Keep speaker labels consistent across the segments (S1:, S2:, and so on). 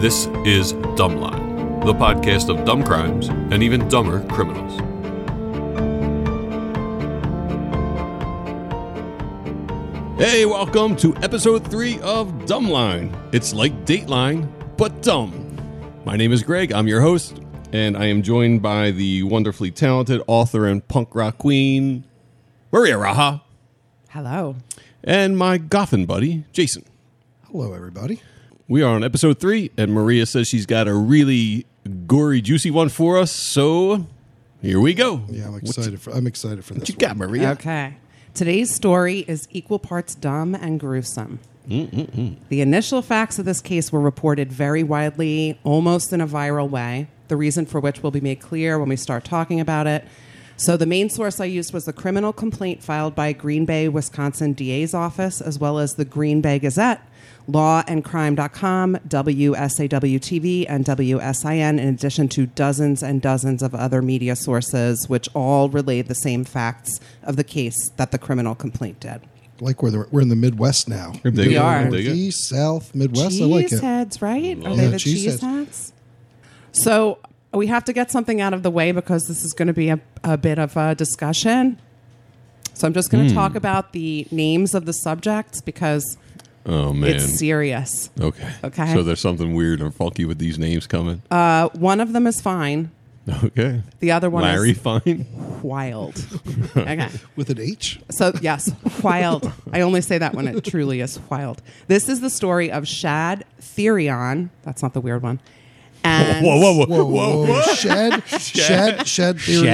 S1: This is Dumbline, the podcast of dumb crimes and even dumber criminals. Hey, welcome to episode three of Dumbline. It's like Dateline, but dumb. My name is Greg. I'm your host, and I am joined by the wonderfully talented author and punk rock queen, Maria Raha,
S2: Hello.
S1: and my Goffin buddy, Jason.
S3: Hello, everybody.
S1: We are on episode three, and Maria says she's got a really gory, juicy one for us. So here we go.
S3: Yeah, I'm excited for I'm excited for this.
S1: You got Maria.
S2: Okay. Today's story is equal parts dumb and gruesome. The initial facts of this case were reported very widely, almost in a viral way, the reason for which will be made clear when we start talking about it. So, the main source I used was the criminal complaint filed by Green Bay, Wisconsin DA's office, as well as the Green Bay Gazette, lawandcrime.com, WSAW TV, and WSIN, in addition to dozens and dozens of other media sources, which all relayed the same facts of the case that the criminal complaint did.
S3: one. Like we're the, we're in the Midwest now.
S1: dig
S2: it. are.
S1: dig it.
S3: East, South, Midwest.
S2: cheese
S3: I like it.
S2: heads, right? Are they
S3: Yeah,
S2: the cheese, heads.
S3: cheese heads.
S2: So we have to get something out of the way because this is going to be a, a bit of a discussion. So I'm just going to talk about the names of the subjects because
S1: Oh man.
S2: it's serious.
S1: okay.
S2: Okay.
S1: So there's something weird and funky with these names coming.
S2: Uh, one of them is fine.
S1: okay.
S2: The other one
S1: Larry
S2: is
S1: Fine.
S2: wild. Okay.
S3: With an H.
S2: So yes, wild. I only say that when it truly is wild. This is the story of Shad Therion. That's not the weird one. And
S1: Whoa, whoa, whoa,
S3: Whoa, whoa, Shad, Shad, Shad, Therion.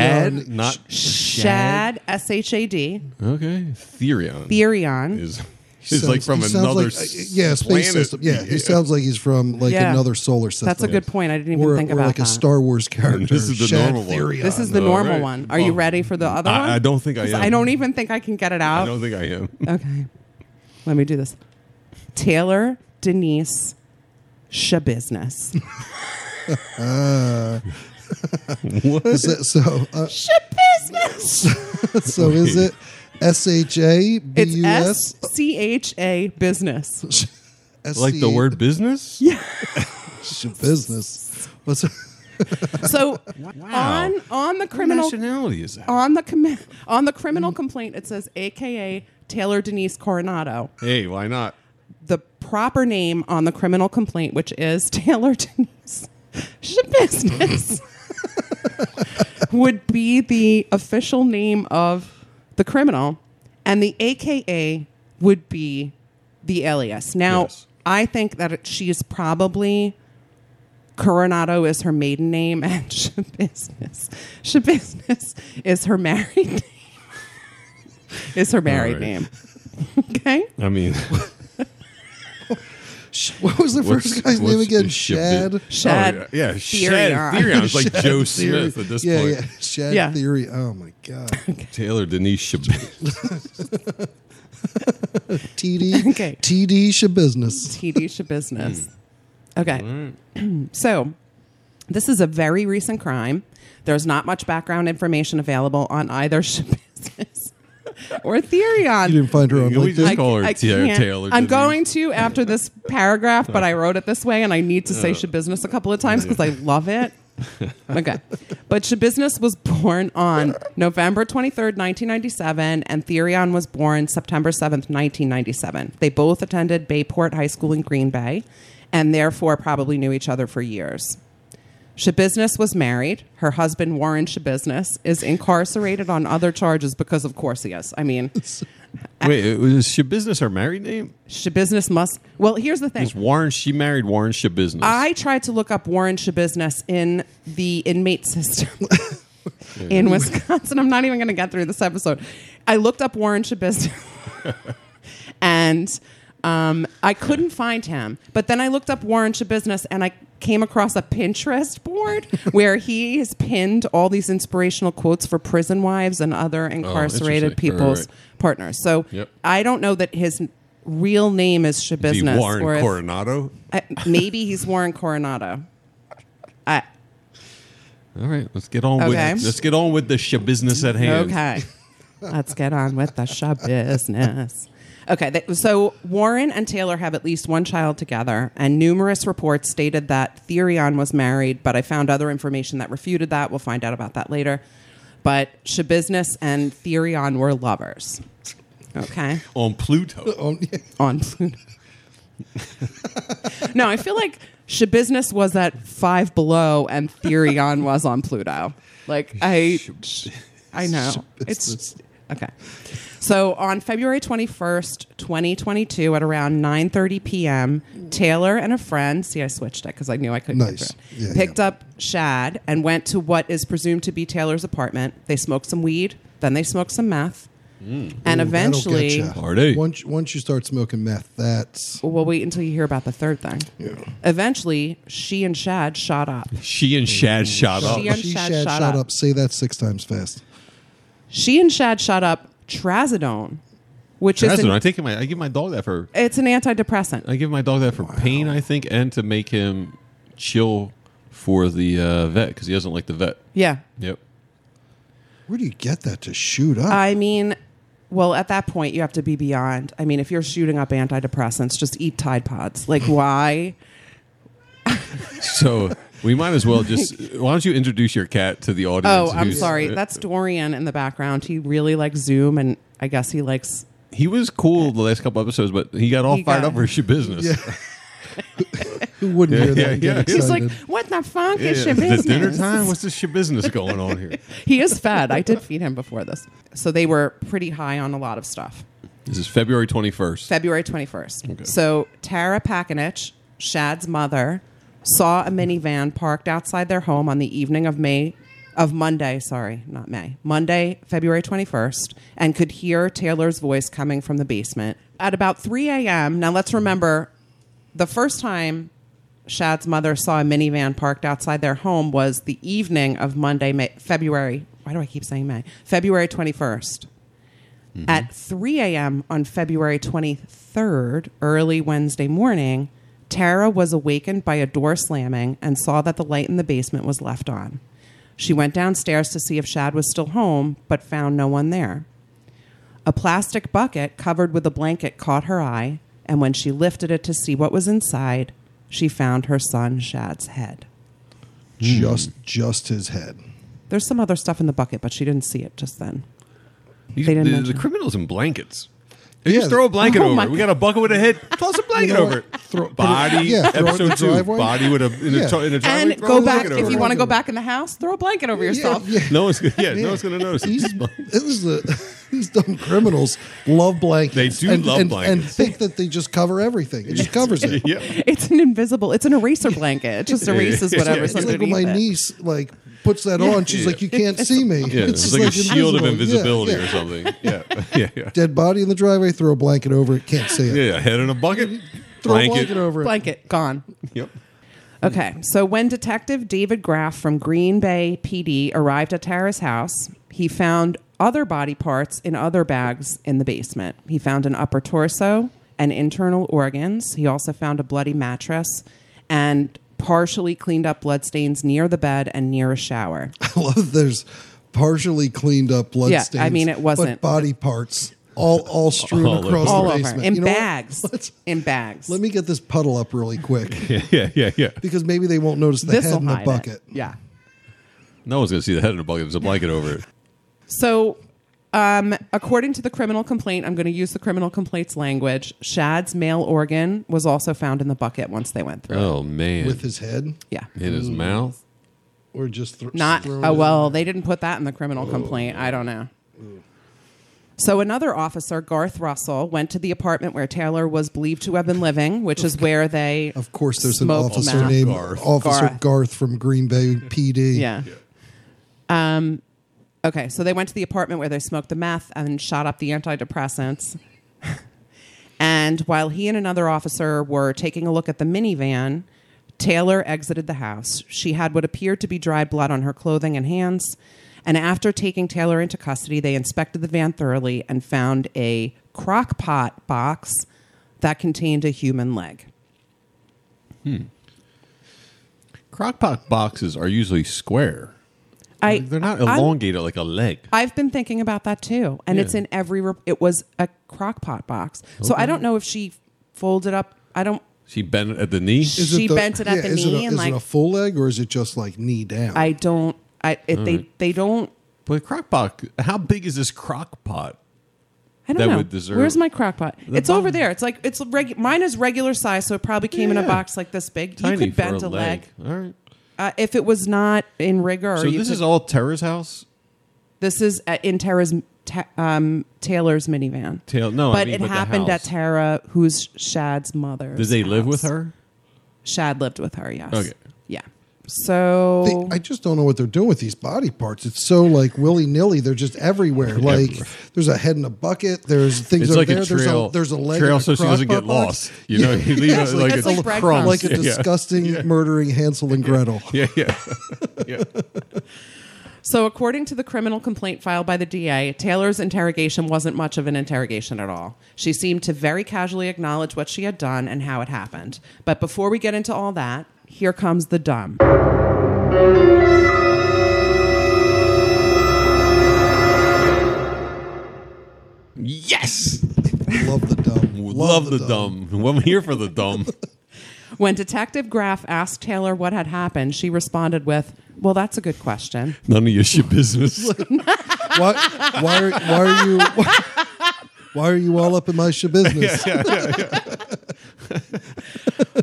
S1: Shad, not
S2: Shad, S H A D,
S1: okay. Therion
S2: Therion.
S1: is is like from
S3: he sounds
S1: another
S3: like, uh, yeah space
S1: planet.
S3: system. Yeah, he sounds like he's from like
S2: Yeah.
S3: another solar system.
S2: That's a good point. I didn't even
S3: Or-
S2: think
S3: or
S2: about
S3: like
S2: that.
S3: a Star Wars character.
S1: This is the
S3: Shad
S1: normal one.
S3: Therion.
S2: This is the
S1: All
S2: normal
S1: right.
S2: one. Are you
S1: Well,
S3: Oh.
S2: ready for the other
S1: I-
S2: one?
S1: I don't think I
S2: 'Cause
S1: am.
S2: I don't even think I can get it
S1: I
S2: out.
S1: don't think I am.
S2: Okay. Let me do this. Taylor Denise Shabusiness.
S3: Is it, so uh,
S2: Shabusiness.
S3: so is it S H A B
S2: It's
S3: U
S2: S
S3: S?
S2: C H A business.
S1: Like the word business?
S2: Yeah.
S3: business. What's
S2: So on on the
S1: What
S2: criminal
S1: nationality is that?
S2: on the com- on the criminal complaint it says AKA Taylor Denise Coronado.
S1: Hey, why not?
S2: the proper name on the criminal complaint, which is Taylor Denise Business, would be the official name of the criminal, and the AKA would be the alias. Now,
S1: Yes.
S2: I think that it, she is probably Coronado is her maiden name, and Shabusiness Shabusiness is her married name. is her married
S1: right.
S2: name. Okay.
S1: I mean,
S3: Sh- What was the
S1: What's-
S3: first guy's
S1: what's
S3: name again?
S1: the ship
S3: Shad.
S1: bit?
S2: Shad.
S1: Oh, yeah, yeah,
S2: Therion.
S1: Shad Therion. It's like Joe
S3: Theory.
S1: Smith at this
S3: yeah,
S1: point.
S3: Yeah, Shad
S2: Yeah.
S3: Theory. Oh my God.
S1: Taylor Denise Shabazz.
S3: TD.
S2: Okay.
S3: TD Shabusiness.
S2: TD Shabusiness.
S1: Hmm.
S2: Okay. so this is a very recent crime. There's not much background information available on either Shabusiness or Therion.
S3: You didn't find her on
S1: Can we
S3: LinkedIn.
S1: just- call her Ta-
S2: can't.
S1: Taylor
S2: I'm
S1: Denise.
S2: going to after this paragraph, but I wrote it this way, and I need to say Shabusiness a couple of times because I love it. okay. But Shabusiness was born on November 23rd, 1997, and Therion was born September 7th, 1997. They both attended Bayport High School in Green Bay and therefore probably knew each other for years. Shabusiness was married. Her husband, Warren Shabusiness, is incarcerated on other charges because, of course, he is. I mean,
S1: Wait, it was Shabusiness her married name?
S2: Shabusiness must. Well, here's the thing.
S1: It's Warren. She married Warren Shabusiness.
S2: I tried to look up Warren Shabusiness in the inmate system in Wisconsin. I'm not even going to get through this episode. I looked up Warren Shabusiness and um, I couldn't find him. But then I looked up Warren Shabusiness and I came across a Pinterest board where he has pinned all these inspirational quotes for prison wives and other incarcerated
S1: Oh, interesting. Right, right,
S2: people's
S1: right.
S2: partners. So
S1: Yep.
S2: I don't know that his real name is
S1: Is he
S2: Shabusiness
S1: Warren
S2: or if-
S1: Coronado.
S2: I, maybe he's Warren Coronado. I,
S1: All right, let's get on
S2: Okay.
S1: with let's get on with the Shabusiness at hand.
S2: okay. Let's get on with the show business. Okay, th- so Warren and Taylor have at least one child together, and numerous reports stated that Therion was married, but I found other information that refuted that. We'll find out about that later. But Shabusiness and Therion were lovers. Okay.
S1: on Pluto.
S3: Oh, yeah.
S2: On Pluto. no, I feel like Shabusiness was at Five Below and Therion was on Pluto. Like, I. I know. It's okay. So on February 21st, 2022, at around 9:30 p.m., Taylor and a friend, see I switched it because I knew I couldn't get
S3: Nice.
S2: through it,
S3: Yeah,
S2: picked
S3: yeah.
S2: up Shad and went to what is presumed to be Taylor's apartment. They smoked some weed, then they smoked some meth, and eventually
S3: That'll Mm. get ya.
S1: Party.
S3: Once, once you start smoking meth, that's
S2: we'll wait until you hear about the third thing. Eventually, she and Shad shot up.
S1: She and Shad shot up.
S2: She and
S3: she
S2: Shad
S3: shad
S2: shot
S3: shot
S2: up.
S3: up. Say that six times fast.
S2: She and Shad shot up trazodone, which is
S1: Trazodone.
S2: an,
S1: I take my. I give my dog that for.
S2: it's an antidepressant.
S1: I give my dog that for pain. I think, and to make him chill for the uh, vet because he doesn't like the vet.
S2: Yeah.
S1: Yep.
S3: Where do you get that to shoot up?
S2: I mean, well, at that point, you have to be beyond. I mean, if you're shooting up antidepressants, just eat Tide Pods. Like, why?
S1: So we might as well just. Why don't you introduce your cat to the audience?
S2: Oh, I'm
S1: who's- uh,
S2: sorry. That's Dorian in the background. He really likes Zoom, and I guess he likes.
S1: he was cool the last couple episodes, but he got all
S2: He
S1: fired
S2: got-
S1: up for his business.
S3: Who wouldn't hear that?
S1: yeah,
S3: and get
S1: yeah.
S3: excited?
S2: He's like, what the fuck
S1: Yeah,
S2: is your
S1: is it
S2: business?
S1: dinner time? What's this shit business going on here?
S2: He is fed. I did feed him before this. So they were pretty high on a lot of stuff.
S1: This is February 21st.
S2: February 21st. So Tara Pakinich, Shad's mother, saw a minivan parked outside their home on the evening of May of Monday, sorry, not May. Monday, February 21st, and could hear Taylor's voice coming from the basement at about 3 a.m. Now let's remember the first time Shad's mother saw a minivan parked outside their home was the evening of Monday, May, February. Why do I keep saying May? February 21st. At 3 a.m. on February 23rd, early Wednesday morning, Tara was awakened by a door slamming and saw that the light in the basement was left on. She went downstairs to see if Shad was still home, but found no one there. A plastic bucket covered with a blanket caught her eye, and when she lifted it to see what was inside, she found her son Shad's head. "Hmm."
S3: just, just his head.
S2: There's some other stuff in the bucket, but she didn't see it just then.
S1: These-
S2: They didn't
S1: the- the,
S2: mention.
S1: criminals in blankets. They
S3: Yeah.
S1: just throw a blanket
S2: Oh
S1: over.
S2: my
S1: it. We got a bucket with a head. Toss a blanket
S3: know
S1: over
S3: what?
S1: it.
S3: Throw- put it-
S1: body.
S3: yeah, throw it in
S1: episode
S3: the
S1: two.
S3: driveway.
S1: Body with a in a,
S3: Yeah.
S1: to- in a driveway.
S2: And
S1: throw
S2: go
S1: the
S2: back
S1: blanket
S2: if
S1: over
S2: you
S1: it.
S2: want to go back in the house. Throw a blanket over yourself.
S1: No one's gonna, yeah, no one's gonna notice.
S3: These, this is the, these dumb uh, criminals love blankets.
S1: They do
S3: and,
S1: love
S3: and, and
S1: blankets.
S3: think that they just cover everything. It just covers it.
S1: yeah,
S2: It's an invisible. It's an eraser blanket. It just erases
S1: Yeah, yeah,
S2: whatever's
S1: yeah.
S3: It's like
S2: underneath
S3: when my
S2: it.
S3: niece like puts that on, she's
S1: Yeah.
S3: like, "You can't see me."
S1: yeah. It's,
S3: just
S1: like, a shield of
S3: invisible.
S1: invisibility
S3: Yeah,
S1: or
S3: yeah.
S1: something. Yeah, yeah, yeah.
S3: Dead body in the driveway. Throw a blanket over it. Can't see it.
S1: Yeah, head in a bucket.
S3: Throw a blanket over it.
S2: Blanket gone.
S1: Yep.
S2: Okay, so when Detective David Graff from Green Bay PD arrived at Tara's house, he found other body parts in other bags in the basement. He found an upper torso and internal organs. He also found a bloody mattress and partially cleaned up bloodstains near the bed and near a shower.
S3: I love there's partially cleaned up blood
S2: Yeah, I
S3: stains.
S2: mean, it wasn't-
S3: but body parts all all strewn
S1: All over.
S3: across
S2: All
S3: the
S2: over
S3: basement
S2: in
S3: You know what?
S2: bags.
S3: Let's-
S2: In bags.
S3: Let me get this puddle up really quick
S1: Yeah, yeah, yeah, yeah.
S3: because maybe they won't notice the
S2: This'll
S3: head in the
S2: hide it.
S3: bucket.
S2: Yeah.
S1: No one's gonna see the head in a bucket. There's a blanket over it.
S2: So, um, according to the criminal complaint, I'm going to use the criminal complaints language. Shad's male organ was also found in the bucket once they went through. it.
S1: Oh man,
S3: With his head,
S2: Yeah.
S1: in his mouth.
S3: or just thr-
S2: Not,
S3: thrown
S2: oh,
S3: in? Oh. Mm.
S2: well, they didn't put that in the criminal complaint. I don't know. So, another officer, Garth Russell, went to the apartment where Taylor was believed to have been living, which is where they.
S3: Of course, there's an
S2: smoked
S3: officer
S2: meth.
S3: named
S1: Garth.
S3: Officer
S2: Garth.
S3: Garth. from Green Bay PD.
S2: Yeah. Um, okay, so they went to the apartment where they smoked the meth and shot up the antidepressants. and while he and another officer were taking a look at the minivan, Taylor exited the house. She had what appeared to be dried blood on her clothing and hands. And after taking Taylor into custody, they inspected the van thoroughly and found a crock pot box that contained a human leg.
S1: Crockpot boxes are usually square.
S2: I
S4: They're not
S2: I'm-
S4: elongated like a leg.
S2: I've been thinking about that too, and it's
S4: Yeah.
S2: in every. Re- it was a crock pot box, so I don't know if she folded up. I don't.
S1: She bent it at the knee.
S3: Is
S2: She
S3: it the-
S2: bent it at the knee
S3: is It a,
S2: and,
S3: is
S2: like-
S3: it a full leg or is it just like knee down?
S2: I don't. I it, they they don't.
S1: But crock pot, how big is this crock pot?
S2: I don't
S1: That
S2: know.
S1: would deserve-
S2: Where's my crock pot? It's
S1: bottom.
S2: over there. It's like it's reg- mine is regular size, so it probably came in a
S1: Yeah.
S2: box like this big.
S1: Tiny
S2: you could bend
S1: for
S2: a
S1: a
S2: leg,
S1: All right.
S2: Uh, if it was not in rigor.
S1: So
S2: you
S1: this
S2: could-
S1: is all Tara's house.
S2: this is uh, in Tara's ta- um, Taylor's minivan.
S1: Tail- no, I
S2: but
S1: mean,
S2: it
S1: but the
S2: happened at
S1: house.
S2: Tara, who's Shad's mother.
S1: Did they live with her?
S2: Shad lived with her. Yes.
S1: Okay.
S2: Yeah. So
S3: They- I just don't know what they're doing with these body parts. It's so like willy nilly. They're just everywhere. Like there's a head in a bucket. There's things
S1: It's
S3: that are
S1: like
S3: there.
S1: a trail.
S3: There's a, there's a leg.
S1: trail
S3: in a
S1: so she doesn't
S3: crock-pot
S1: get
S3: box.
S1: lost. You know, you leave it like
S2: like-
S1: a
S2: it's like
S1: little
S2: breadcrumbs.
S1: crumb.
S3: like a
S1: Yeah, yeah.
S3: disgusting murdering Hansel and Gretel.
S1: Yeah, yeah. yeah.
S2: So, according to the criminal complaint filed by the DA, Taylor's interrogation wasn't much of an interrogation at all. She seemed to very casually acknowledge what she had done and how it happened. But before we get into all that, here comes the dumb.
S1: Yes.
S3: Love the dumb.
S1: Love, the, dumb. Well, I'm here for the dumb.
S2: When Detective Graff asked Taylor what had happened, she responded with, Well, that's a good question.
S1: None of your shit business.
S3: Why, why, are, why are you? Why are you all up in my shit business?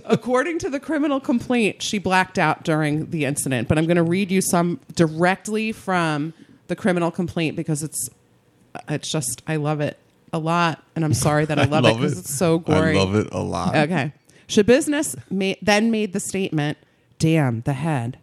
S2: According to the criminal complaint, she blacked out during the incident, but I'm going to read you some directly from the criminal complaint because it's it's just I love it a lot and I'm sorry that I love, it because it's so gory.
S1: I love it a lot.
S2: Okay. Shabusiness ma- then made the statement, "Damn, the head."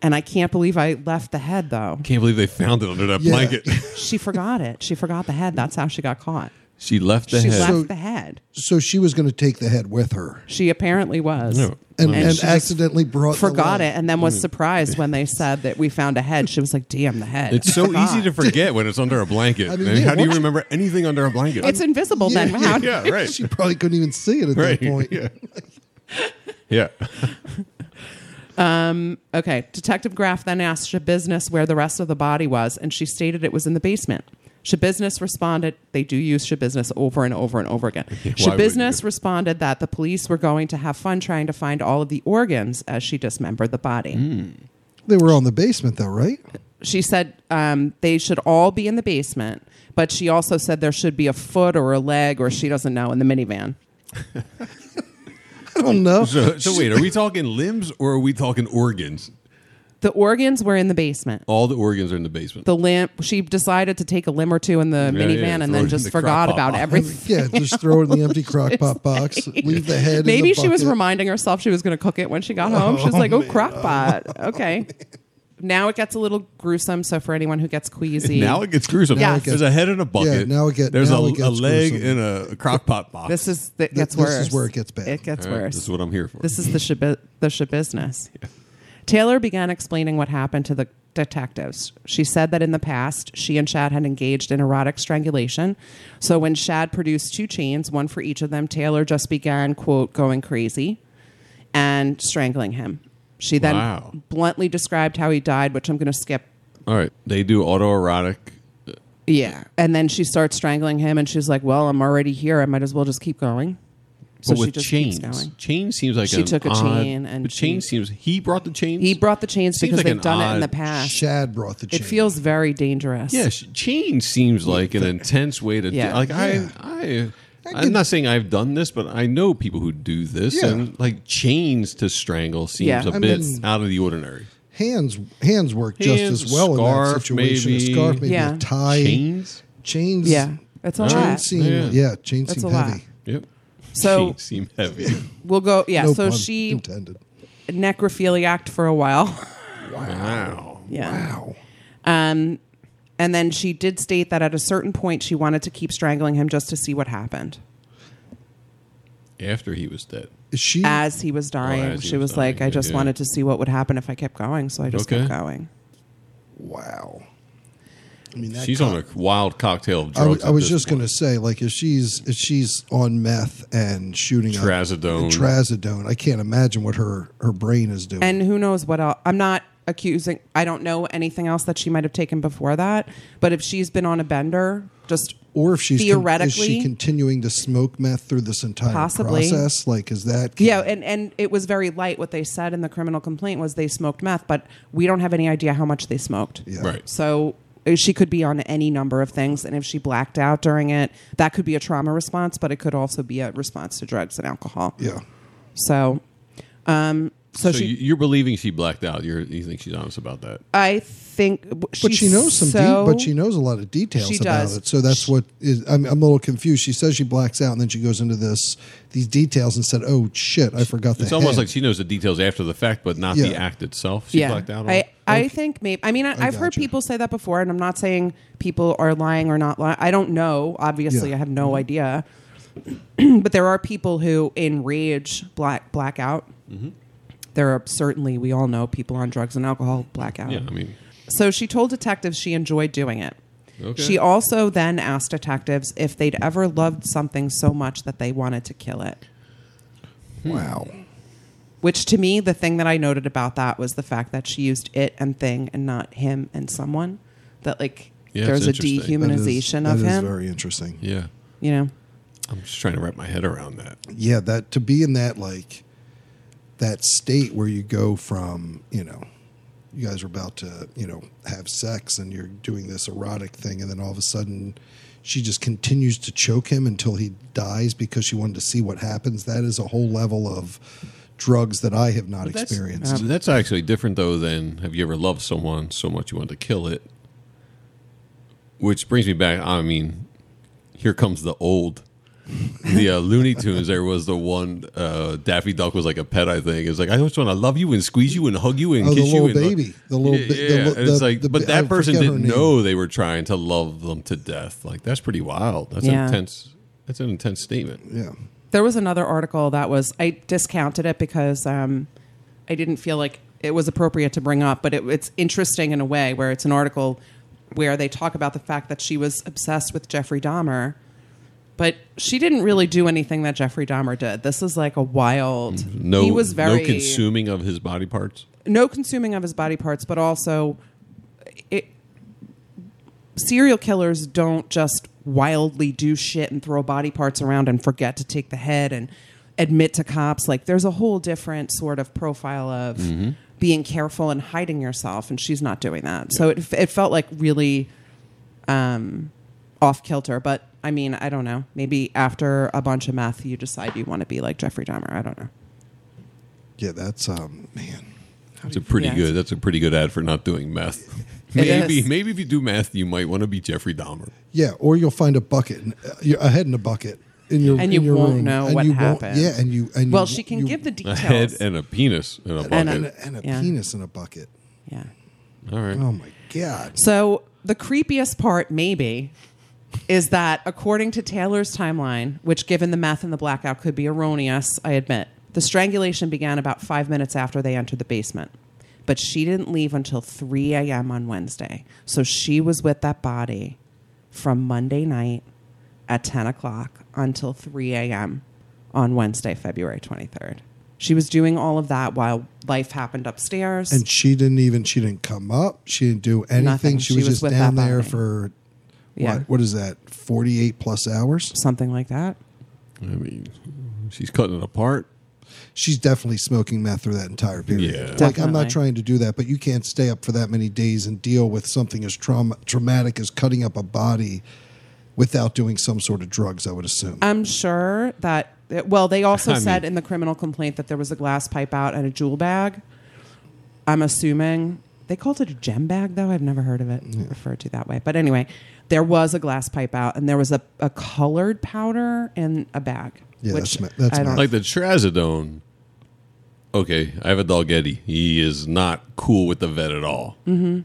S2: And I can't believe I left the head though.
S1: Can't believe they found it under that
S3: Yeah.
S1: blanket.
S2: She forgot it. She forgot the head. That's how she got caught.
S1: She left the
S2: She
S1: head.
S2: left
S3: So-
S2: the head.
S3: So she was going to take the head with her
S2: She apparently was.
S1: No.
S2: And
S3: and, and,
S2: she just
S3: accidentally brought the
S2: forgot
S3: leg.
S2: it and then
S1: Mm.
S2: was surprised when they said that we found a head. She was like, damn, the head.
S1: It's so
S2: Forgot.
S1: easy to forget when it's under a blanket.
S3: I mean,
S1: I mean,
S3: yeah,
S1: how do you
S3: once you-
S1: remember anything under a blanket?
S2: It's invisible
S3: Yeah,
S2: then. How-
S1: yeah, right.
S3: She probably couldn't even see it at
S1: right.
S3: that point.
S1: Yeah. yeah.
S2: Okay. Detective Graff then asked Shabusiness where the rest of the body was, and she stated it was in the basement. Shabusiness responded, they do use Shabusiness over and over and over again.
S1: wouldn't
S2: Shabusiness
S1: you?
S2: responded that the police were going to have fun trying to find all of the organs as she dismembered the body.
S1: Mm.
S3: They were all in the basement though, right?
S2: she said um, they should all be in the basement, but she also said there should be a foot or a leg or she doesn't know in the minivan.
S3: I don't know.
S1: So, so wait, are we talking limbs or are we talking organs?
S2: The organs were in the basement.
S1: All the organs are in the basement.
S2: The limb, she decided to take a limb or two in the
S1: Yeah,
S2: minivan
S1: yeah,
S2: and
S1: throw it
S2: then
S1: in
S2: just
S1: the
S2: forgot
S1: crock-pot
S2: about
S1: box.
S2: everything.
S3: Yeah, just throw it in the empty crock pot box. Leave the head. in the
S2: Maybe she was
S3: bucket.
S2: reminding herself she was going to cook it when she got home. She was like, oh, crock pot. Okay. Now it gets a little gruesome. So for anyone who gets queasy,
S1: Now it gets gruesome.
S2: Now it
S1: There's
S3: gets-
S1: a head in a bucket.
S3: Yeah, now it get-
S1: There's
S3: now
S1: a,
S3: it
S1: a
S3: gets
S1: leg
S3: gruesome.
S1: in a crock pot box.
S2: this is, it gets
S3: this
S2: worse.
S3: is where it gets bad.
S2: It gets
S1: All right,
S2: worse.
S1: This is what I'm here for.
S2: This is the shabi- the shabusiness. Taylor began explaining what happened to the detectives. She said that in the past, she and Shad had engaged in erotic strangulation. So when Shad produced two chains, one for each of them, Taylor just began, quote, going crazy and strangling him. She then
S1: Wow.
S2: bluntly described how he died, which I'm going to skip.
S1: All right. They do autoerotic.
S2: Yeah. And then she starts strangling him and she's like, well, I'm already here. I might as well just keep going. So
S1: but with
S2: she just
S1: chains.
S2: keeps going.
S1: Chain seems like
S2: She
S1: an
S2: took a
S1: odd-
S2: chain and
S1: but chain
S2: she-
S1: seems he brought the chains.
S2: He brought the chains
S1: Seems
S2: because
S1: like
S2: they've
S1: an
S2: done it in
S1: odd
S2: the past.
S3: Shad brought the chain.
S2: It feels very dangerous.
S1: Yeah, sh- chain seems like an intense way to
S2: Yeah.
S1: do, like
S3: Yeah.
S1: I I
S3: could-
S1: I'm not saying I've done this, but I know people who do this
S3: Yeah.
S1: and like chains to strangle seems
S2: Yeah.
S1: a
S2: I
S1: bit
S3: mean-
S1: out of the ordinary.
S3: hands hands work
S1: Hands,
S3: just as well in
S1: scarf,
S3: that situation.
S1: maybe.
S3: A scarf, maybe
S2: Yeah.
S3: a tie,
S1: Chains?
S3: chains.
S2: Yeah, that's a lot.
S3: chains seem
S1: Yeah.
S3: yeah, chains
S2: That's
S3: seem
S2: a lot.
S3: heavy.
S1: Yep.
S2: So-
S1: chains seem heavy.
S2: We'll go. Yeah.
S3: No
S2: so
S3: pun
S2: she
S3: intended.
S2: necrophiliac for a while.
S1: wow.
S2: yeah.
S3: Wow.
S2: Um, and then she did state that at a certain point she wanted to keep strangling him just to see what happened.
S1: After he was dead.
S3: Is she
S2: As he was dying,
S1: Oh, as he
S2: she
S1: was
S2: was, like,
S1: dying,
S2: "I just
S1: yeah.
S2: wanted to see what would happen if I kept going," so I just kept
S1: Okay.
S2: going.
S3: wow. I mean that
S1: She's
S3: co-
S1: on a wild cocktail of drugs.
S3: I was, I
S1: at
S3: was
S1: this
S3: just
S1: point.
S3: going to say, like, if she's if she's on meth and shooting up-
S1: Trazodone.
S3: trazodone, I can't imagine what her her brain is doing.
S2: And who knows what else? I'm not. accusing. I don't know anything else that she might have taken before that, but if she's been on a bender, just
S3: Or if she's
S2: theoretically,
S3: is she continuing to smoke meth through this entire
S2: Possibly.
S3: process? Like, is that
S2: Yeah, and, and it was very light. What they said in the criminal complaint was they smoked meth, but we don't have any idea how much they smoked.
S3: Yeah.
S1: Right.
S2: So uh, she could be on any number of things. And if she blacked out during it, that could be a trauma response, but it could also be a response to drugs and alcohol.
S3: yeah,
S2: So, um, so,
S1: So,
S2: she,
S1: you- you're believing she blacked out. You're, you think she's honest about that?
S2: I think, w-
S3: but she
S2: she's
S3: knows some,
S2: so,
S3: de- but she knows a lot of details
S2: She
S3: about
S2: does.
S3: it. So that's what is. I'm, I'm a little confused. She says she blacks out, and then she goes into this these details and said, "Oh shit, I forgot that."
S1: It's almost
S3: head."
S1: like she knows the details after the fact, but not the
S3: Yeah.
S1: act itself. She blacked out. on
S2: I,
S1: it?
S2: I think maybe. I mean, I, I've heard
S3: gotcha.
S2: people say that before, and I'm not saying people are lying or not lying. I don't know. Obviously,
S3: Yeah.
S2: I have
S1: Mm-hmm.
S2: no idea. but there are people who, in rage, black blackout.
S1: Mm-hmm.
S2: There are certainly we all know people on drugs and alcohol blackout.
S1: yeah, I mean,
S2: So she told detectives she enjoyed doing it.
S1: Okay.
S2: She also then asked detectives if they'd ever loved something so much that they wanted to kill it.
S1: Hmm.
S3: wow.
S2: Which to me, the thing that I noted about that was the fact that she used it and thing and not him and someone. That like
S1: Yeah, it's
S2: there's a
S1: interesting.
S3: That is-
S2: dehumanization of
S3: that is
S2: him.
S3: very interesting.
S1: yeah.
S2: you know,
S1: I'm just trying to wrap my head around that.
S3: yeah that to be in that like that state where you go from you know you guys are about to you know have sex and you're doing this erotic thing and then all of a sudden she just continues to choke him until he dies because she wanted to see what happens that is a whole level of drugs that i have not experienced
S1: That's, that's actually different, though, than have you ever loved someone so much you want to kill it? Which brings me back. I mean, here comes the old. The uh, Looney Tunes, there was the one uh, Daffy Duck was like a pet, I think. It was like, I just want to love you and squeeze you and hug you and
S3: Oh, the
S1: kiss you.
S3: little
S1: and look-
S3: baby. The little
S1: Yeah,
S3: ba- the
S1: yeah.
S3: li-
S1: And it's
S3: the-
S1: like,
S3: the
S1: but
S3: ba- I
S1: that person
S3: forget her
S1: didn't
S3: name.
S1: know they were trying to love them to death. Like, that's pretty wild. That's
S2: Yeah.
S1: an intense. That's an intense statement.
S3: yeah
S2: there was another article that was I discounted it because um, I didn't feel like it was appropriate to bring up, but it, it's interesting in a way where it's an article where they talk about the fact that she was obsessed with Jeffrey Dahmer, but she didn't really do anything that Jeffrey Dahmer did. This is like a wild.
S1: No,
S2: he was very
S1: no consuming of his body parts.
S2: no consuming of his body parts, but also it, serial killers don't just wildly do shit and throw body parts around and forget to take the head and admit to cops. Like there's a whole different sort of profile of being careful and hiding yourself, and she's not doing that. So it, it felt like really um, off kilter, but. I mean, I don't know. Maybe after a bunch of meth, you decide you want to be like Jeffrey Dahmer. I don't know.
S3: yeah that's um man
S1: That's a pretty
S2: yeah.
S1: good. That's a pretty good ad for not doing meth.
S2: It
S1: maybe
S2: is.
S1: maybe if you do meth, you might want to be Jeffrey Dahmer.
S3: Yeah, or you'll find a bucket, and- uh, your- a head in a bucket in your
S2: And
S3: in
S2: you
S3: your
S2: won't
S3: room,
S2: know
S3: and
S2: what
S3: you won't-
S2: happened.
S3: Yeah, and you and
S2: Well,
S3: you-
S2: she can
S3: you-
S2: give the
S1: A
S2: details.
S1: head and a penis in a bucket.
S3: and a, and a
S2: Yeah.
S3: penis in a bucket.
S2: yeah.
S1: All right.
S3: Oh my god!
S2: So the creepiest part, maybe, is that according to Taylor's timeline, which given the meth and the blackout could be erroneous, I admit, the strangulation began about five minutes after they entered the basement. But she didn't leave until 3 a.m. on Wednesday. So she was with that body from Monday night at 10 o'clock until 3 a.m. on Wednesday, February 23rd. She was doing all of that while life happened upstairs.
S3: And she didn't even she didn't come up. She didn't do anything.
S2: Nothing.
S3: She,
S2: She
S3: was,
S2: was
S3: just
S2: with
S3: down
S2: that
S3: there
S2: body.
S3: for
S2: Yeah.
S3: what? What is that? Forty eight plus hours.
S2: something like that.
S1: I mean, she's cutting it apart.
S3: She's definitely smoking meth through that entire period.
S1: Yeah.
S3: Like I'm not
S2: Definitely.
S3: trying to do that, but you can't stay up for that many days and deal with something as trauma traumatic as cutting up a body without doing some sort of drugs. I would assume.
S2: I'm sure that. Well, they also
S1: I
S2: said
S1: mean-
S2: in the criminal complaint that there was a glass pipe out and a jewel bag. I'm assuming they called it a gem bag, though. I've never heard of it referred to that way. But anyway, there was a glass pipe out and there was a, a colored powder in a bag.
S3: Yeah,
S2: which
S3: that's ma- that's
S2: I don't.
S3: ma-
S1: Like the trazodone. Okay, I have a dog Eddie. He is not cool with the vet at all. Mm-hmm.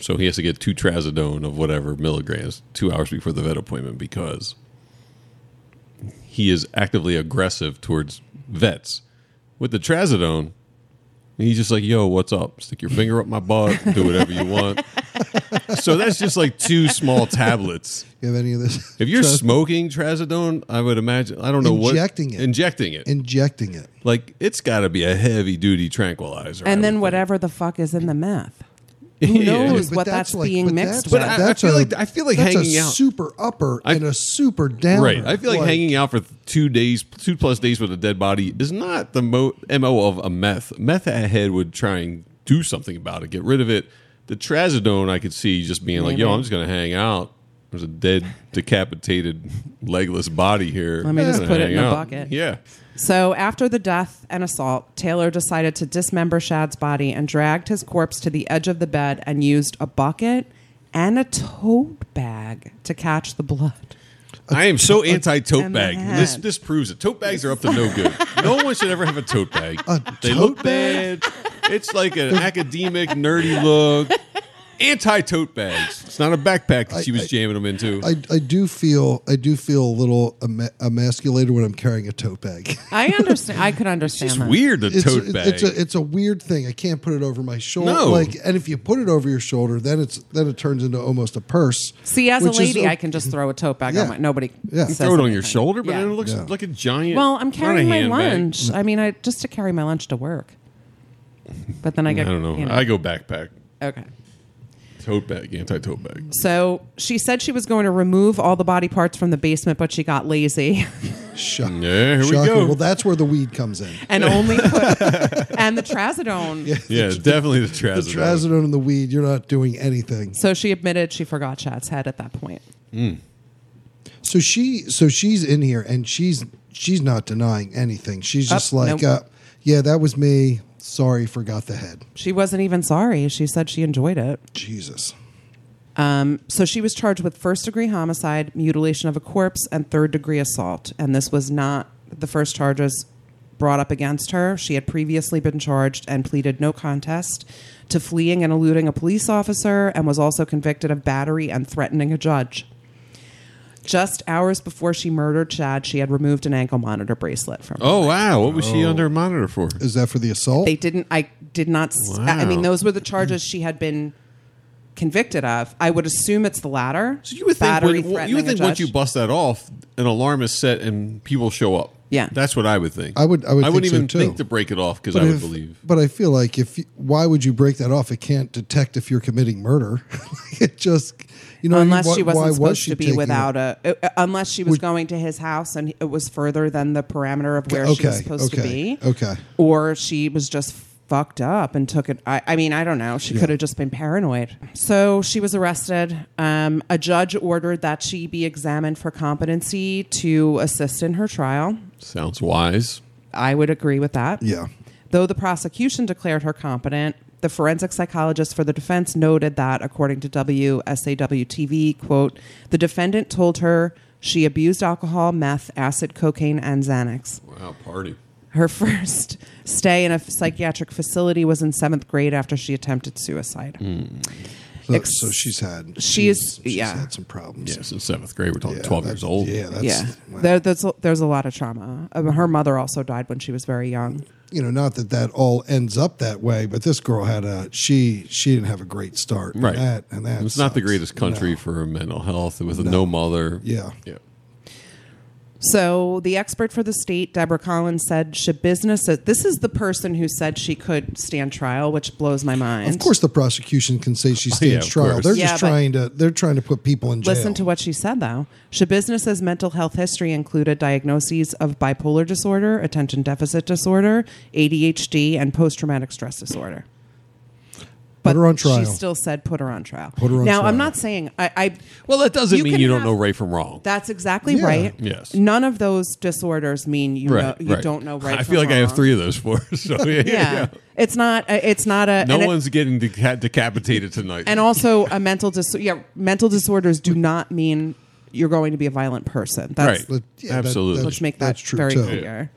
S1: So he has to get two trazodone of whatever milligrams two hours before the vet appointment because he is actively aggressive towards vets. With the trazodone, he's just like, "Yo, what's up? Stick your finger up my butt. Do whatever you want." so that's just like two small tablets.
S3: You have any of this?
S1: If you're
S3: Trazodone?
S1: smoking trazodone, I would imagine I don't know what
S3: Injecting it.
S1: Injecting it.
S3: injecting it,
S1: like it's got to be a heavy duty tranquilizer. I
S2: and
S1: would
S2: then
S1: think.
S2: whatever the fuck is in the meth. Who
S1: Yeah.
S2: knows
S3: But
S2: what
S3: that's
S2: that's,
S3: like-
S2: being
S3: but
S2: mixed
S3: that's
S1: But
S2: with?
S1: I, I
S3: That's
S1: feel
S3: a-
S1: like I feel like
S3: that's a
S1: hanging out.
S3: super upper
S1: I-
S3: and a super downer.
S1: Right. I feel like, hanging out for two days, two plus days with a dead body is not the mo- MO of a meth. Meth ahead would try and do something about it, get rid of it. The trazodone, I could see just being like, yo,
S2: Maybe.
S1: I'm just going to hang out. There's a dead, decapitated, legless body here.
S2: Let me
S1: I'm
S2: just
S1: gonna
S2: put it
S1: hang
S2: in a
S1: out.
S2: bucket.
S1: Yeah.
S2: So after the death and assault, Taylor decided to dismember Shad's body and dragged his corpse to the edge of the bed and used a bucket and a tote bag to catch the blood.
S1: I am so anti tote
S2: and
S1: bag.
S2: the
S1: This
S2: hat.
S1: this proves it. Tote bags are up to no good. No one should ever have a tote bag. they
S3: tote
S1: look bad. It's like an academic nerdy look. Anti tote bags. It's not a backpack that she was jamming them into.
S3: I, I do feel I do feel a little em- emasculated when I'm carrying a tote bag.
S2: I understand. I could understand
S1: it's
S2: that.
S1: weird the
S3: It's,
S1: tote bag.
S3: it's a it's a weird thing. I can't put it over my shoulder.
S1: No.
S3: Like, and if you put it over your shoulder, then it's then it turns into almost a purse.
S2: See, as a
S3: which is
S2: lady,
S3: o-
S2: I can just throw a tote bag
S3: Yeah.
S2: on my. Nobody.
S3: Yeah.
S2: says
S1: Throw it on your
S2: anything.
S1: shoulder, but
S2: Yeah.
S1: it looks
S3: Yeah.
S1: like a giant.
S2: Well, I'm
S1: not a
S2: carrying my
S1: handbag.
S2: lunch. I mean, I just to carry my lunch to work. But then I
S1: I
S2: get.
S1: don't know.
S2: you
S1: I go backpack.
S2: okay.
S1: Tote bag, anti tote bag.
S2: So she said she was going to remove all the body parts from the basement, but she got lazy
S3: Shock,
S1: Yeah, here we
S3: shocking.
S1: go.
S3: Well, that's where the weed comes in.
S2: and only put and the trazodone.
S1: Yeah, definitely the
S3: The
S1: trazodone.
S3: trazodone and the weed. You're not doing anything.
S2: So she admitted she forgot Chad's head at that point.
S3: So she so she's in here and she's she's not denying anything. She's just
S2: Up,
S3: like,
S2: nope.
S3: uh, yeah, that was me. Sorry, forgot the head.
S2: She wasn't even sorry. She said she enjoyed it.
S3: Jesus.
S2: Um, so she was charged with first degree homicide, mutilation of a corpse, and third degree assault. And this was not the first charges brought up against her. She had previously been charged and pleaded no contest to fleeing and eluding a police officer and was also convicted of battery and threatening a judge. Just hours before she murdered Chad, she had removed an ankle monitor bracelet from her.
S1: Oh wow, what was she under a monitor for?
S3: Is that for the assault?
S2: They didn't. I did not. s I I mean,
S1: Wow.
S2: those were the charges she had been convicted of. I would assume it's the latter.
S1: So you would think, when,
S2: Battery
S1: you
S2: threatening
S1: would
S2: a
S1: think once you
S2: judge.
S1: bust that off, an alarm is set and people show up.
S2: Yeah.
S1: that's what I would think.
S3: I would- I would
S1: I wouldn't
S3: think so,
S1: even
S3: too.
S1: think to break it off because I would
S3: if-
S1: believe.
S3: But I feel like if you, why would you break that off? It can't detect if you're committing murder. it just you know what I mean?
S2: unless
S3: Why-
S2: she
S3: why
S2: wasn't
S3: was
S2: supposed
S3: she
S2: to be
S3: taking it?
S2: without a uh, unless she was going to his house and it was further than the parameter of where she was
S3: Okay,
S2: supposed
S3: okay,
S2: to be
S3: okay.
S2: or she was just fucked up and took it i, I mean i don't know she could have just been paranoid so she was arrested um, a judge ordered that she be examined for competency to assist in her trial
S1: Sounds wise.
S2: i would agree with that
S3: Yeah.
S2: Though the prosecution declared her competent, the forensic psychologist for the defense noted that, according to WSAW TV, quote, the defendant told her she abused alcohol, meth, acid, cocaine, and Xanax.
S1: Wow, party.
S2: Her first stay in a psychiatric facility was in seventh grade after she attempted suicide.
S3: Mm. So,
S2: Ex-
S3: so she's had
S2: she's-
S3: she's
S2: yeah.
S3: had some problems.
S1: Yeah, since seventh grade, we're talking
S3: Yeah,
S1: twelve
S3: that-
S1: years old.
S3: Yeah, that's
S2: yeah,
S3: wow.
S2: there, there's, a- there's a lot of trauma. Um, Her mother also died when she was very young.
S3: you know, not that that all ends up that way, but this girl had a she she didn't have a great start.
S1: Right.
S3: And that and that
S1: it's not the
S3: sucks.
S1: greatest country for mental health with a no mother.
S3: Yeah.
S1: yeah.
S2: So the expert for the state, Deborah Collins, said should business. This is the person who said she could stand trial, which blows my mind.
S3: Of course, the prosecution can say she
S1: Oh, yeah,
S3: stands
S1: of
S3: trial.
S1: course.
S3: They're
S2: Yeah,
S3: just
S2: but-
S3: trying to they're trying to put people in jail.
S2: Listen to what she said, though. Should businesses' mental health history include a diagnoses of bipolar disorder, attention deficit disorder, ADHD, and post traumatic stress disorder?
S3: Put her on
S2: She
S3: trial.
S2: still said put her on trial.
S3: Put her on
S2: now,
S3: trial.
S2: I'm not saying I. I
S1: Well, that doesn't mean
S2: can
S1: you don't
S2: have-
S1: know right from wrong.
S2: That's exactly
S3: Yeah.
S2: right.
S1: Yes.
S2: None of those disorders mean you
S1: right,
S2: know, you
S1: right.
S2: don't know right.
S1: I
S2: from
S1: feel like I have
S2: wrong.
S1: three of those four. So yeah, yeah.
S2: yeah.
S1: yeah.
S2: It's not. uh, It's not a.
S1: No
S2: and it-
S1: one's getting deca- decapitated tonight.
S2: and also a mental dis. Yeah, mental disorders do not mean you're going to be a violent person. That's,
S1: Right. Absolutely.
S2: Let's make that
S3: that's true
S2: very
S3: too.
S2: clear.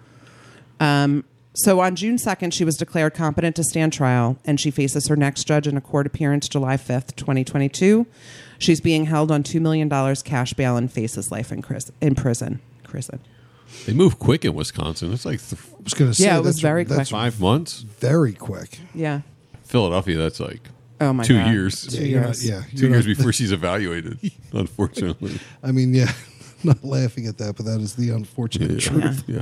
S2: Um. So on June 2nd, she was declared competent to stand trial, and she faces her next judge in a court appearance July 5th, 2022. She's being held on $2 million cash bail and faces life in, cris- in prison. prison.
S1: they move quick in Wisconsin. It's like th-
S3: I was going to say
S2: Yeah, it was
S3: that's-
S2: very
S3: that's
S2: quick.
S1: five months.
S3: Very quick.
S2: Yeah.
S1: Philadelphia, that's like
S2: Oh my
S1: two
S2: God.
S1: years.
S2: Two
S3: you're
S2: years.
S3: Not, yeah,
S1: 2
S3: you're
S1: years
S3: not-
S1: before she's evaluated, unfortunately.
S3: I mean, yeah, not laughing at that, but that is the unfortunate truth.
S1: yeah.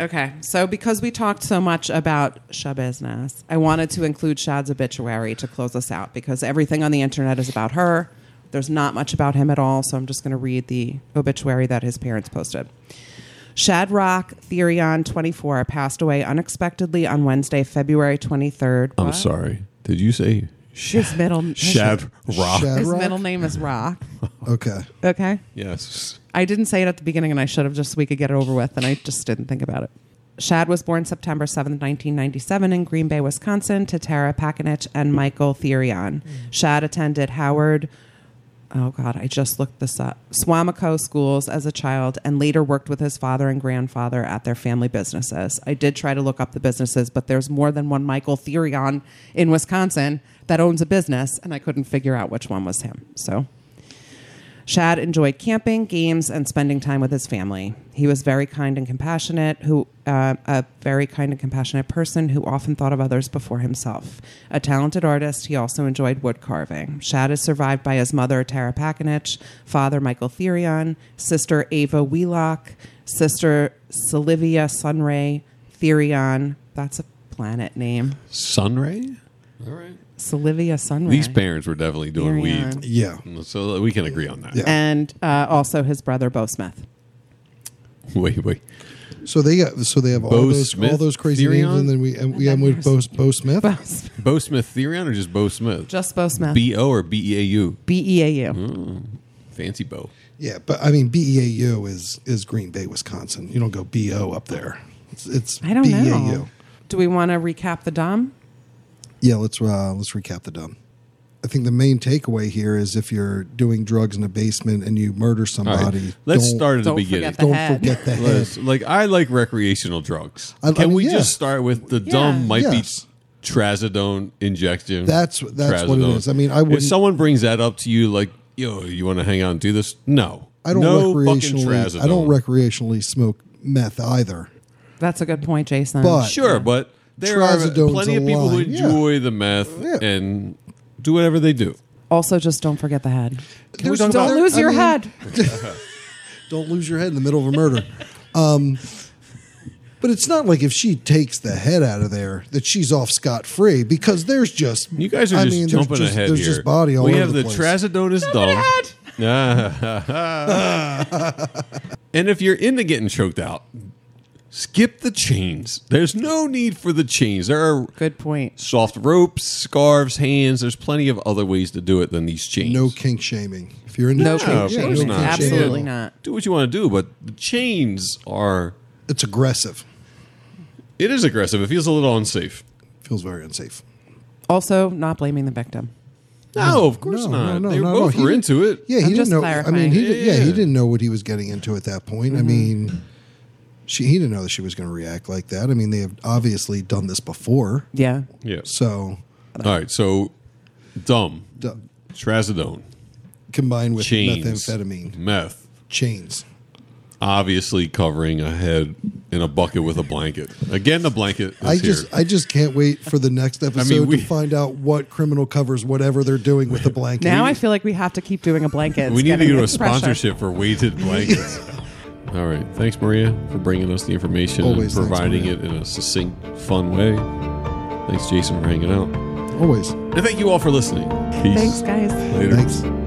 S2: Okay, so because we talked so much about show business, I wanted to include Shad's obituary to close us out because everything on the internet is about her. There's not much about him at all, so I'm just going to read the obituary that his parents posted. Shad Rock Therion, 24, passed away unexpectedly on Wednesday, February 23rd.
S1: I'm
S2: What?
S1: sorry. Did you say
S2: His middle
S1: Shad Rock?
S3: Shad-
S2: His
S3: Rock?
S2: middle name is Rock.
S3: Okay.
S2: Okay.
S1: Yes.
S2: I didn't say it at the beginning, and I should have just so we could get it over with, and I just didn't think about it. Shad was born September 7th, 1997, in Green Bay, Wisconsin, to Tara Pakinich and Michael Therion. Shad attended Howard, oh God, I just looked this up, Swamico schools as a child, and later worked with his father and grandfather at their family businesses. I did try to look up the businesses, but there's more than one Michael Therion in Wisconsin that owns a business, and I couldn't figure out which one was him. So Shad enjoyed camping, games, and spending time with his family. He was very kind and compassionate, who uh, a very kind and compassionate person who often thought of others before himself. A talented artist, he also enjoyed wood carving. Shad is survived by his mother Tara Pakinich, father Michael Therion, sister Ava Wheelock, sister Sylvia Sunray Therion. That's a planet name,
S1: Sunray? All right.
S2: Sylvia Sunray.
S1: These parents were definitely doing
S2: Therion.
S1: weed.
S3: Yeah.
S1: So we can agree on that.
S3: Yeah.
S2: and uh, also his brother Bo Smith.
S1: Wait, wait.
S3: So they got so they have
S1: Bo
S3: all those
S1: Smith,
S3: all those crazy
S1: Therion?
S3: names, and then we and we end with Bo, Bo Smith.
S2: Bo Smith.
S1: Bo Smith Therion or just Bo Smith?
S2: Just Bo Smith.
S1: B Hmm. O or B E A U?
S2: B E A U.
S1: Fancy Bo.
S3: Yeah, but I mean BEAU is is Green Bay, Wisconsin. You don't go BO up there. It's, it's E
S2: I don't
S1: E
S3: BEAU.
S2: know. Do we want to recap the Dom?
S3: Yeah, let's uh, let's recap the dumb. I think the main takeaway here is if you're doing drugs in a basement and you
S1: All
S3: murder
S1: right.
S3: somebody,
S1: Let's
S3: don't-
S1: start at the
S2: don't forget
S1: beginning.
S2: that.
S3: Don't
S2: Ahead.
S3: forget the head.
S1: Let's- like I like recreational drugs.
S3: I- I
S1: Can
S3: mean,
S1: we
S3: yeah.
S1: just start with the dumb might
S3: Yes.
S1: be trazodone injection?
S3: That's- that's what it
S1: Trazodone.
S3: is. I mean, I
S1: if
S3: wouldn't-
S1: someone brings that up to you, like yo, you want to hang out and do this? No,
S3: I don't
S1: no fucking
S3: recreationally.
S1: trazodone.
S3: I don't recreationally smoke meth either.
S2: That's a good point, Jason.
S3: But
S1: Sure, but there are
S3: Trazodone's
S1: plenty of
S3: a
S1: people who
S3: line, yeah.
S1: enjoy the meth
S3: Yeah.
S1: and do whatever they do.
S2: also, just don't forget the head.
S3: There's
S2: Don't,
S3: other-
S2: lose
S3: I
S2: your
S3: mean,
S2: head.
S3: Don't lose your head in the middle of a murder. um, but it's not like if she takes the head out of there that she's off scot free because there's just
S1: You guys are
S3: I
S1: just
S3: mean, there's
S1: jumping
S3: just-
S1: ahead
S3: There's
S1: here.
S3: just body all
S1: we
S3: over
S1: have
S3: the,
S1: the,
S3: place.
S1: trazodone is dumb.
S2: ahead.
S1: And if you're into getting choked out, skip the chains. There's no need for the chains. There are
S2: Good point.
S1: soft ropes, scarves, hands. There's plenty of other ways to do it than these chains.
S3: no kink shaming. If you're into
S2: No
S3: the
S2: kink
S3: chain-
S1: of course
S2: shaming.
S1: not.
S3: kink shaming at
S2: Absolutely
S3: all.
S2: not.
S1: Do what you want to do, but the chains are.
S3: It's aggressive.
S1: It is aggressive. It feels a little unsafe.
S3: Feels very unsafe.
S2: Also, not blaming the victim.
S1: No, of course
S3: no,
S1: not.
S3: no, no,
S1: they
S3: no, no.
S1: both
S3: He
S1: were
S3: did-
S1: into it.
S3: Yeah, he
S2: I'm
S3: didn't
S2: just
S3: know. I mean, he
S1: clarifying.
S3: did, yeah,
S1: Yeah. Mm-hmm.
S3: he didn't know what he was getting into at that point. I mean, she he didn't know that she was going to react like that. I mean, they have obviously done this before,
S2: Yeah.
S1: Yeah.
S3: so
S1: All right. So, dumb.
S3: d-
S1: Trazodone.
S3: combined with
S1: Chains.
S3: methamphetamine
S1: Meth.
S3: chains.
S1: Obviously covering a head in a bucket with a blanket. Again, the blanket. Is
S3: I just
S1: here.
S3: I just can't wait for the next episode
S1: we-
S3: to find out what criminal covers whatever they're doing with the blanket.
S2: Now I feel like we have to keep doing a blanket. It's
S1: we need to
S2: getting
S1: do a
S2: pressure.
S1: sponsorship for weighted blankets. All right. Thanks, Maria, for bringing us the information
S3: Always
S1: and
S3: thanks,
S1: providing
S3: Maria.
S1: it in a succinct, fun way. Thanks, Jason, for hanging out.
S3: always.
S1: And thank you all for listening. Peace.
S2: Thanks, guys.
S1: Later.
S3: Thanks.